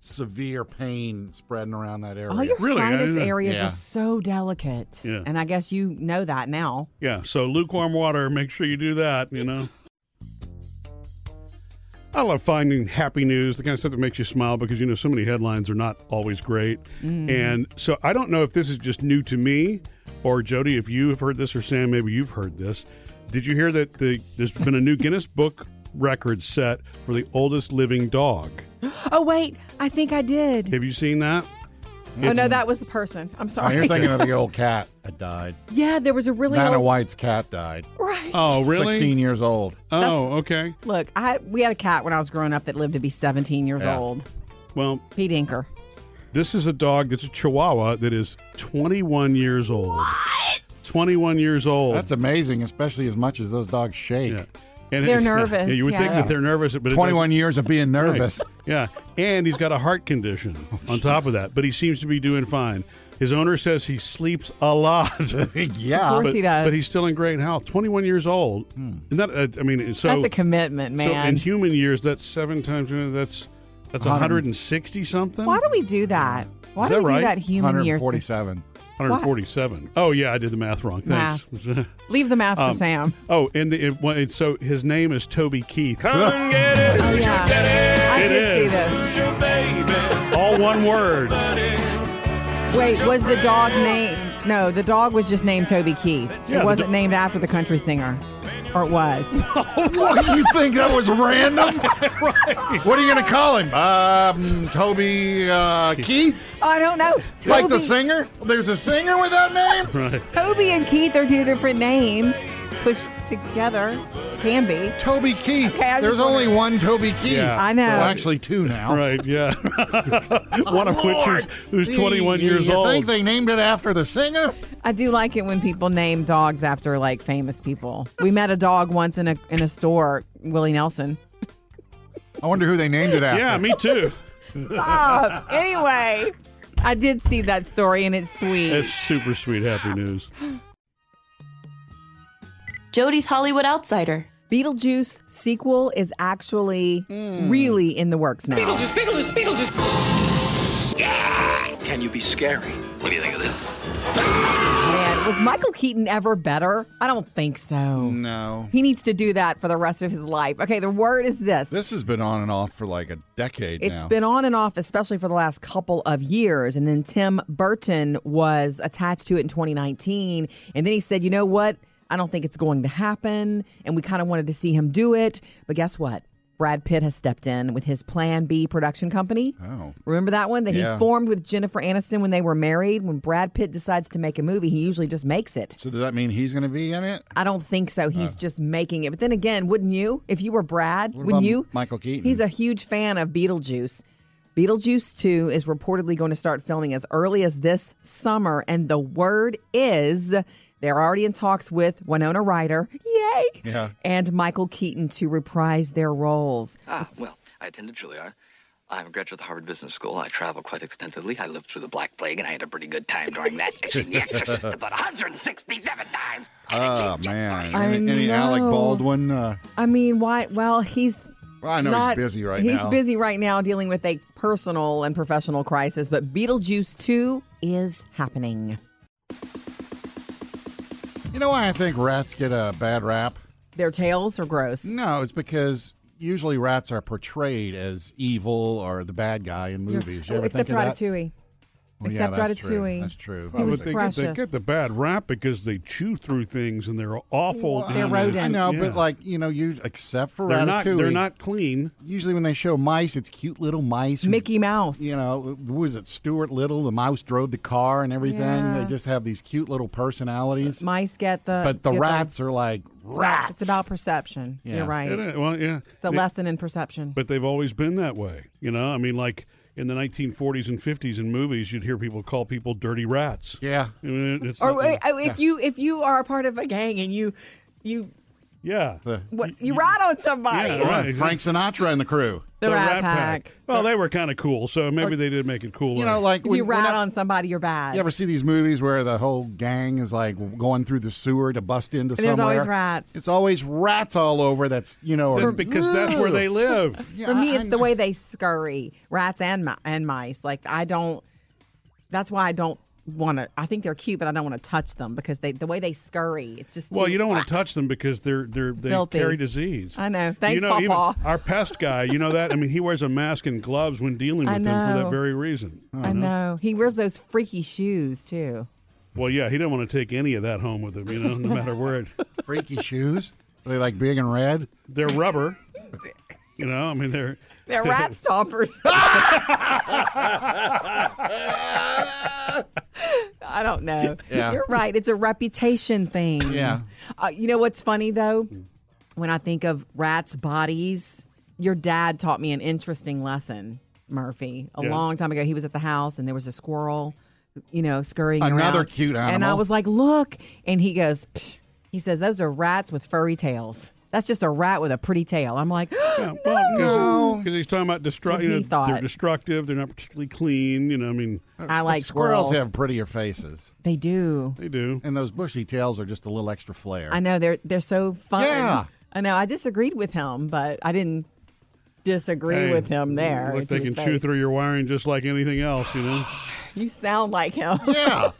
Speaker 3: severe pain spreading around that area.
Speaker 2: All your
Speaker 1: Really, I
Speaker 2: sinus
Speaker 1: didn't-
Speaker 2: areas
Speaker 3: Yeah.
Speaker 2: are so delicate.
Speaker 1: Yeah.
Speaker 2: And I guess you know that now.
Speaker 1: Yeah. So lukewarm water, make sure you do that, you know. I love finding happy news, the kind of stuff that makes you smile because you know so many headlines are not always great. And so I don't know if this is just new to me or Jody, if you have heard this, or Sam, maybe you've heard this. Did you hear that the, there's been a new Guinness Book record set for the oldest living dog?
Speaker 2: Oh wait, I think I did.
Speaker 1: Have you seen that?
Speaker 2: oh no, that was the person. I'm
Speaker 3: Oh,
Speaker 2: sorry.
Speaker 3: you're thinking of the old cat that died.
Speaker 2: yeah, there was a really
Speaker 3: Nana
Speaker 2: old-
Speaker 3: White's cat died.
Speaker 2: right.
Speaker 1: Oh, really?
Speaker 3: 16 years old.
Speaker 1: Oh, okay.
Speaker 2: Look, I we had a cat when I was growing up that lived to be 17 years
Speaker 3: Yeah.
Speaker 2: old.
Speaker 1: Well,
Speaker 2: Pete Inker.
Speaker 1: This is a dog that's a Chihuahua that is 21 years old. 21 years old.
Speaker 3: That's amazing, especially as much as those dogs shake.
Speaker 1: yeah. And
Speaker 2: They're
Speaker 1: yeah,
Speaker 2: nervous,
Speaker 1: Yeah, you would think
Speaker 2: yeah.
Speaker 1: that they're nervous, but it
Speaker 3: 21 years of being
Speaker 1: doesn't-
Speaker 3: nervous.
Speaker 1: Right. Yeah, and he's got a heart condition on top of that, but he seems to be doing fine. His owner says he sleeps a lot.
Speaker 3: yeah.
Speaker 2: course
Speaker 1: but,
Speaker 2: he does.
Speaker 1: but he's still in great health. 21 years old. And that, uh, I mean, so
Speaker 2: That's a commitment,
Speaker 1: so in
Speaker 2: man.
Speaker 1: human years, that's seven times. uh, That's that's 160 something.
Speaker 2: Why do we do that? Why
Speaker 1: Is
Speaker 2: do
Speaker 1: that
Speaker 2: we
Speaker 1: right?
Speaker 2: do that human year?
Speaker 3: 147.
Speaker 1: 147. Oh yeah, I did the math wrong. Thanks.
Speaker 2: Leave the math
Speaker 1: Um,
Speaker 2: to Sam.
Speaker 1: Oh, and the, it, well, it's- so his name is Toby Keith.
Speaker 2: Oh yeah, I
Speaker 1: It
Speaker 2: did see
Speaker 1: is.
Speaker 2: this.
Speaker 1: All one word.
Speaker 2: Wait, was the dog named? No, the dog was just named Toby Keith.
Speaker 1: Yeah, the
Speaker 2: it wasn't
Speaker 1: do-
Speaker 2: named after the country singer, or it was.
Speaker 3: what do you think that was random? What are you going to call him? Um, Toby uh, Keith?
Speaker 2: I don't know. Toby,
Speaker 3: Like the singer? There's a singer with that name?
Speaker 1: Right.
Speaker 2: Toby and Keith are two different names pushed together. Can be.
Speaker 3: Toby Keith.
Speaker 2: Okay, I'm
Speaker 3: There's
Speaker 2: just
Speaker 3: only one Toby Keith.
Speaker 1: Yeah.
Speaker 2: I know.
Speaker 3: Well, actually, two now.
Speaker 1: Right, yeah. One of which
Speaker 3: Lord.
Speaker 1: is who's
Speaker 3: You-
Speaker 1: 21 years
Speaker 3: you
Speaker 1: old.
Speaker 3: think they named it after the singer?
Speaker 2: I do like it when people name dogs after like famous people. We met a dog once in a in a store, Willie Nelson.
Speaker 3: I wonder who they named it after.
Speaker 1: yeah, me too.
Speaker 2: Stop. anyway, I did see that story and it's sweet.
Speaker 1: That's super sweet, happy news.
Speaker 8: Jody's Hollywood Outsider.
Speaker 2: Beetlejuice sequel is actually really in the works now.
Speaker 11: Beetlejuice, Beetlejuice, Beetlejuice. Yeah, can you be scary? What do you think of this?
Speaker 2: Man, was Michael Keaton ever better? I don't think so.
Speaker 3: No.
Speaker 2: He needs to do that for the rest of his life. Okay, the word is this.
Speaker 3: This has been on and off for like a decade
Speaker 2: It's
Speaker 3: now.
Speaker 2: been on and off, especially for the last couple of years. And then Tim Burton was attached to it in 2019. And then he said, you know what? I don't think it's going to happen. And we kind of wanted to see him do it. But guess what? Brad Pitt has stepped in with his Plan B production company.
Speaker 3: Oh.
Speaker 2: Remember that one that
Speaker 3: Yeah.
Speaker 2: he formed with Jennifer Aniston when they were married? When Brad Pitt decides to make a movie, he usually just makes it.
Speaker 3: So does that mean he's going to be in it?
Speaker 2: I don't think so. He's just making it. But then again, wouldn't you? If you were Brad,
Speaker 3: Uh. What
Speaker 2: wouldn't
Speaker 3: about
Speaker 2: you?
Speaker 3: Michael Keaton?
Speaker 2: He's a huge fan of Beetlejuice. Beetlejuice 2 is reportedly going to start filming as early as this summer. And the word is they're already in talks with Winona Ryder Yay!
Speaker 11: Yeah.
Speaker 2: and Michael Keaton to reprise their roles.
Speaker 11: Ah, well, I attended Juilliard. I'm a graduate of the Harvard Business School. I travel quite extensively. I lived through the Black Plague, and I had a pretty good time during that. I've seen The Exorcist about 167 times.
Speaker 3: Oh, man.
Speaker 2: I
Speaker 3: any, any Alec
Speaker 2: know.
Speaker 3: Baldwin? Uh,
Speaker 2: I mean, why? Well, he's.
Speaker 3: Well, I know he's
Speaker 2: not-
Speaker 3: busy right now.
Speaker 2: He's busy right now dealing with a personal and professional crisis, but Beetlejuice 2 is happening.
Speaker 3: you know why I think rats get a bad rap?
Speaker 2: Their tails are gross.
Speaker 3: No, it's because usually rats are portrayed as evil or the bad guy in movies.
Speaker 2: Oh,
Speaker 3: You ever
Speaker 2: except
Speaker 3: think of that?
Speaker 2: Ratatouille.
Speaker 3: Well, yeah,
Speaker 2: except
Speaker 3: that's true.
Speaker 2: Ratatouille.
Speaker 3: That's true.
Speaker 1: Well,
Speaker 3: It was
Speaker 1: but they, Get,
Speaker 2: precious.
Speaker 1: they get the bad rap because they chew through things and they're awful.
Speaker 3: Well,
Speaker 1: down there.
Speaker 3: I know,
Speaker 1: Yeah.
Speaker 3: but like you know, you except for
Speaker 1: They're not-
Speaker 3: Ratatouille,
Speaker 1: they're not clean.
Speaker 3: Usually, when they show mice, it's cute little mice. who-
Speaker 2: Mickey Mouse.
Speaker 3: You know, who was it? Stuart Little. The mouse drove the car and everything.
Speaker 2: Yeah.
Speaker 3: They just have these cute little personalities.
Speaker 2: Mice get the.
Speaker 3: but the
Speaker 2: get
Speaker 3: rats are like
Speaker 2: It's-
Speaker 3: rats.
Speaker 2: It's about perception.
Speaker 1: Yeah.
Speaker 2: You're right.
Speaker 1: It is. Well, yeah.
Speaker 2: It's a
Speaker 1: It-
Speaker 2: lesson in perception.
Speaker 1: But they've always been that way. You know, I mean, like in the 1940s and 50s in movies, you'd hear people call people dirty rats.
Speaker 3: Yeah.
Speaker 1: I mean, it's
Speaker 2: Or
Speaker 1: not-
Speaker 2: wait, oh, if you if you are a part of a gang and you you
Speaker 1: yeah.
Speaker 2: what you rat on somebody.
Speaker 1: Yeah, right.
Speaker 3: Frank Sinatra and the crew.
Speaker 2: The Rat Pack.
Speaker 1: Well, they were kind of cool, so maybe they did make it cooler.
Speaker 3: You know, like
Speaker 2: If you
Speaker 3: when- when
Speaker 2: rat
Speaker 3: I-
Speaker 2: on somebody, you're bad.
Speaker 3: You ever see these movies where the whole gang is like going through the sewer to bust into
Speaker 2: And there's
Speaker 3: somewhere?
Speaker 2: always rats.
Speaker 3: It's always rats all over. That's you know, or,
Speaker 1: That's because that's where they live.
Speaker 2: For me, it's the way they scurry, rats and mi- and mice. Like I don't. That's why I don't want to. I think they're cute, but I don't want to touch them because they the way they scurry. It's just
Speaker 1: Well,
Speaker 2: too-
Speaker 1: you don't want to touch them because they're they're they
Speaker 2: Filthy.
Speaker 1: carry disease.
Speaker 2: I know. Thanks,
Speaker 1: you know, even
Speaker 2: Pawpaw.
Speaker 1: Our pest guy, you know that. I mean, he wears a mask and gloves when dealing
Speaker 2: I
Speaker 1: with them for
Speaker 2: know.
Speaker 1: that very reason.
Speaker 2: I
Speaker 3: Mm-hmm.
Speaker 2: know he wears those freaky shoes too.
Speaker 1: Well, yeah, he didn't want to take any of that home with him. You know, no matter where it,
Speaker 3: freaky shoes. Are they like big and red?
Speaker 1: they're rubber. You know, I mean, they're
Speaker 2: They're rat stompers. I don't know.
Speaker 3: Yeah.
Speaker 2: You're right. It's a reputation thing.
Speaker 3: Yeah.
Speaker 2: Uh, you know what's funny though?
Speaker 3: Hmm.
Speaker 2: When I think of rats' bodies, your dad taught me an interesting lesson, Murphy, a
Speaker 3: Yeah.
Speaker 2: long time ago. He was at the house and there was a squirrel, you know, scurrying
Speaker 3: Another
Speaker 2: around.
Speaker 3: cute
Speaker 2: And I
Speaker 3: animal.
Speaker 2: was like, look. And he goes, "Psh." he says, those are rats with furry tails. That's just a rat with a pretty tail. I'm like,
Speaker 1: Yeah, well, because he's talking about
Speaker 2: That's what
Speaker 1: destructive.
Speaker 2: he
Speaker 1: they're
Speaker 2: thought.
Speaker 1: destructive. They're not particularly clean. You know, I mean,
Speaker 2: I like
Speaker 3: squirrels.
Speaker 2: squirrels.
Speaker 3: Have prettier faces.
Speaker 2: They do.
Speaker 1: They do.
Speaker 3: And those bushy tails are just a little extra flair.
Speaker 2: I know they're they're so fun.
Speaker 3: Yeah.
Speaker 2: I know. I disagreed with him, but I didn't disagree
Speaker 1: hey,
Speaker 2: with him there.
Speaker 1: Look,
Speaker 2: to
Speaker 1: they
Speaker 2: his
Speaker 1: can chew
Speaker 2: face.
Speaker 1: through your wiring just like anything else. You know.
Speaker 2: You sound like him.
Speaker 3: Yeah.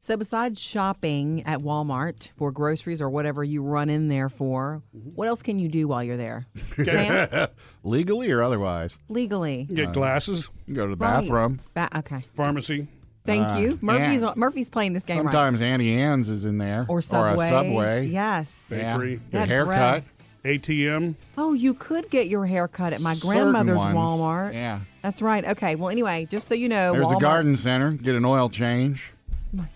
Speaker 2: so besides shopping at Walmart for groceries or whatever you run in there for, what else can you do while you're there? Sam?
Speaker 3: Legally or otherwise,
Speaker 2: Legally.
Speaker 1: Get glasses,
Speaker 3: you can go to the
Speaker 2: Right.
Speaker 3: bathroom.
Speaker 2: Ba- okay.
Speaker 1: pharmacy.
Speaker 2: Thank
Speaker 3: Uh,
Speaker 2: you. Murphy's
Speaker 3: yeah.
Speaker 2: Murphy's playing this game right.
Speaker 3: Sometimes Annie Ann's is in there,
Speaker 2: Or Subway.
Speaker 3: a Subway.
Speaker 2: Yes.
Speaker 3: Yeah.
Speaker 1: Bakery.
Speaker 3: Your
Speaker 2: That
Speaker 3: haircut.
Speaker 2: bread.
Speaker 1: ATM.
Speaker 2: Oh, you could get your hair cut at my
Speaker 3: Certain
Speaker 2: grandmother's
Speaker 3: ones.
Speaker 2: Walmart.
Speaker 3: Yeah.
Speaker 2: That's right. Okay. Well, anyway, just so you know,
Speaker 3: There's
Speaker 2: Walmart.
Speaker 3: the garden center. Get an oil change.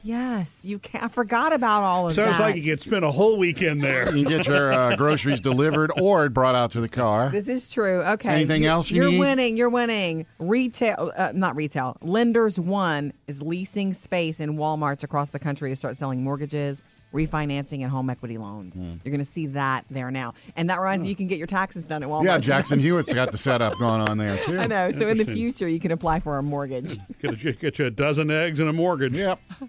Speaker 2: Yes, you can. I forgot about all of that.
Speaker 1: Sounds like you could spend a whole weekend there.
Speaker 3: You can get your uh, groceries delivered or brought out to the car.
Speaker 2: This is true. Okay.
Speaker 3: Anything else you
Speaker 2: are
Speaker 3: need?
Speaker 2: winning. You're winning. Retail, uh, not retail. Lenders One is leasing space in WalMarts across the country to start selling mortgages, refinancing, and home equity loans.
Speaker 3: Hmm.
Speaker 2: You're going to see that there now. And that reminds me, you can get your taxes done at Walmart.
Speaker 3: Yeah, Jackson Hewitt's got the setup going on there too.
Speaker 2: I know. So in the
Speaker 1: Interesting.
Speaker 2: future, you can apply for a mortgage.
Speaker 1: Get you, get you a dozen eggs and a mortgage.
Speaker 3: Yep.